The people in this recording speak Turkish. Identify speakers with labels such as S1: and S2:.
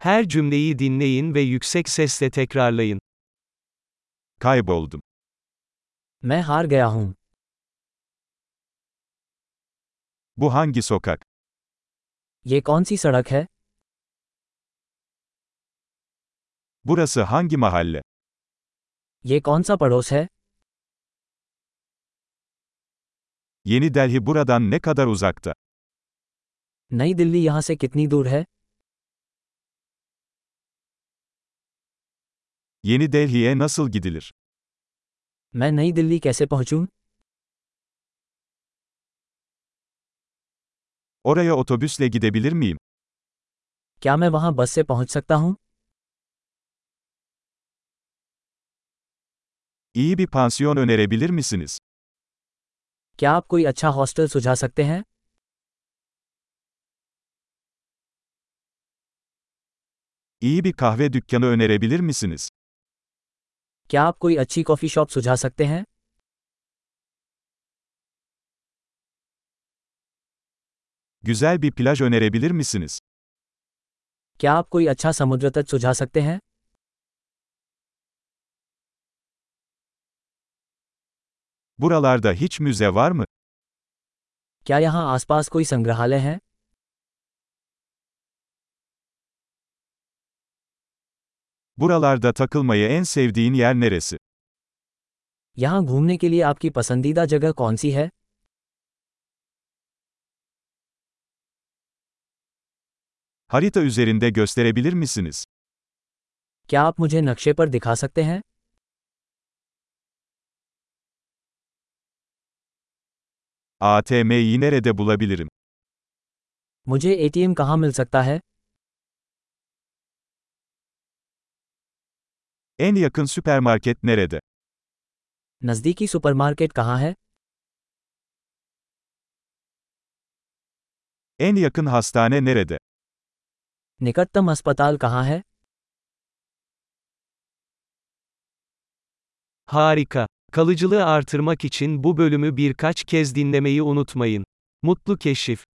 S1: Her cümleyi dinleyin ve yüksek sesle tekrarlayın.
S2: Kayboldum.
S3: मैं हार गया हूँ
S2: Bu hangi sokak?
S3: ये कौन सी सड़क है
S2: Burası hangi mahalle?
S3: ये कौन सा पड़ोस है
S2: Yeni Delhi buradan ne kadar uzakta?
S3: नई दिल्ली यहाँ से कितनी दूर है
S2: Yeni Delhi'ye nasıl gidilir?
S3: मैं नई दिल्ली कैसे पहुँचूँ
S2: Oraya otobüsle gidebilir miyim?
S3: क्या मैं वहाँ बस से पहुँच सकता हूँ
S2: İyi bir pansiyon önerebilir misiniz?
S3: क्या आप कोई अच्छा हॉस्टल सुझा सकते हैं
S2: İyi bir kahve dükkanı önerebilir misiniz?
S3: क्या आप कोई अच्छी कॉफ़ी शॉप सुझा सकते हैं
S2: Güzel bir plaj önerebilir misiniz?
S3: क्या आप कोई अच्छा समुद्र तट सुझा सकते हैं
S2: Buralarda hiç müze var mı?
S3: क्या यहाँ आसपास कोई संग्रहालय है
S2: Buralarda takılmayı en sevdiğin yer neresi?
S3: यहाँ घूमने के लिए आपकी पसंदीदा जगह कौन सी है
S2: Harita üzerinde gösterebilir misiniz?
S3: क्या आप मुझे नक्शे पर दिखा सकते हैं
S2: ATM'yi nerede bulabilirim?
S3: मुझे एटीएम कहाँ मिल सकता है
S2: En yakın süpermarket nerede?
S3: नज़दीकी सुपरमार्केट कहाँ है
S2: En yakın hastane nerede?
S3: निकटतम अस्पताल कहाँ है
S1: Harika. Kalıcılığı artırmak için bu bölümü birkaç kez dinlemeyi unutmayın. Mutlu keşif.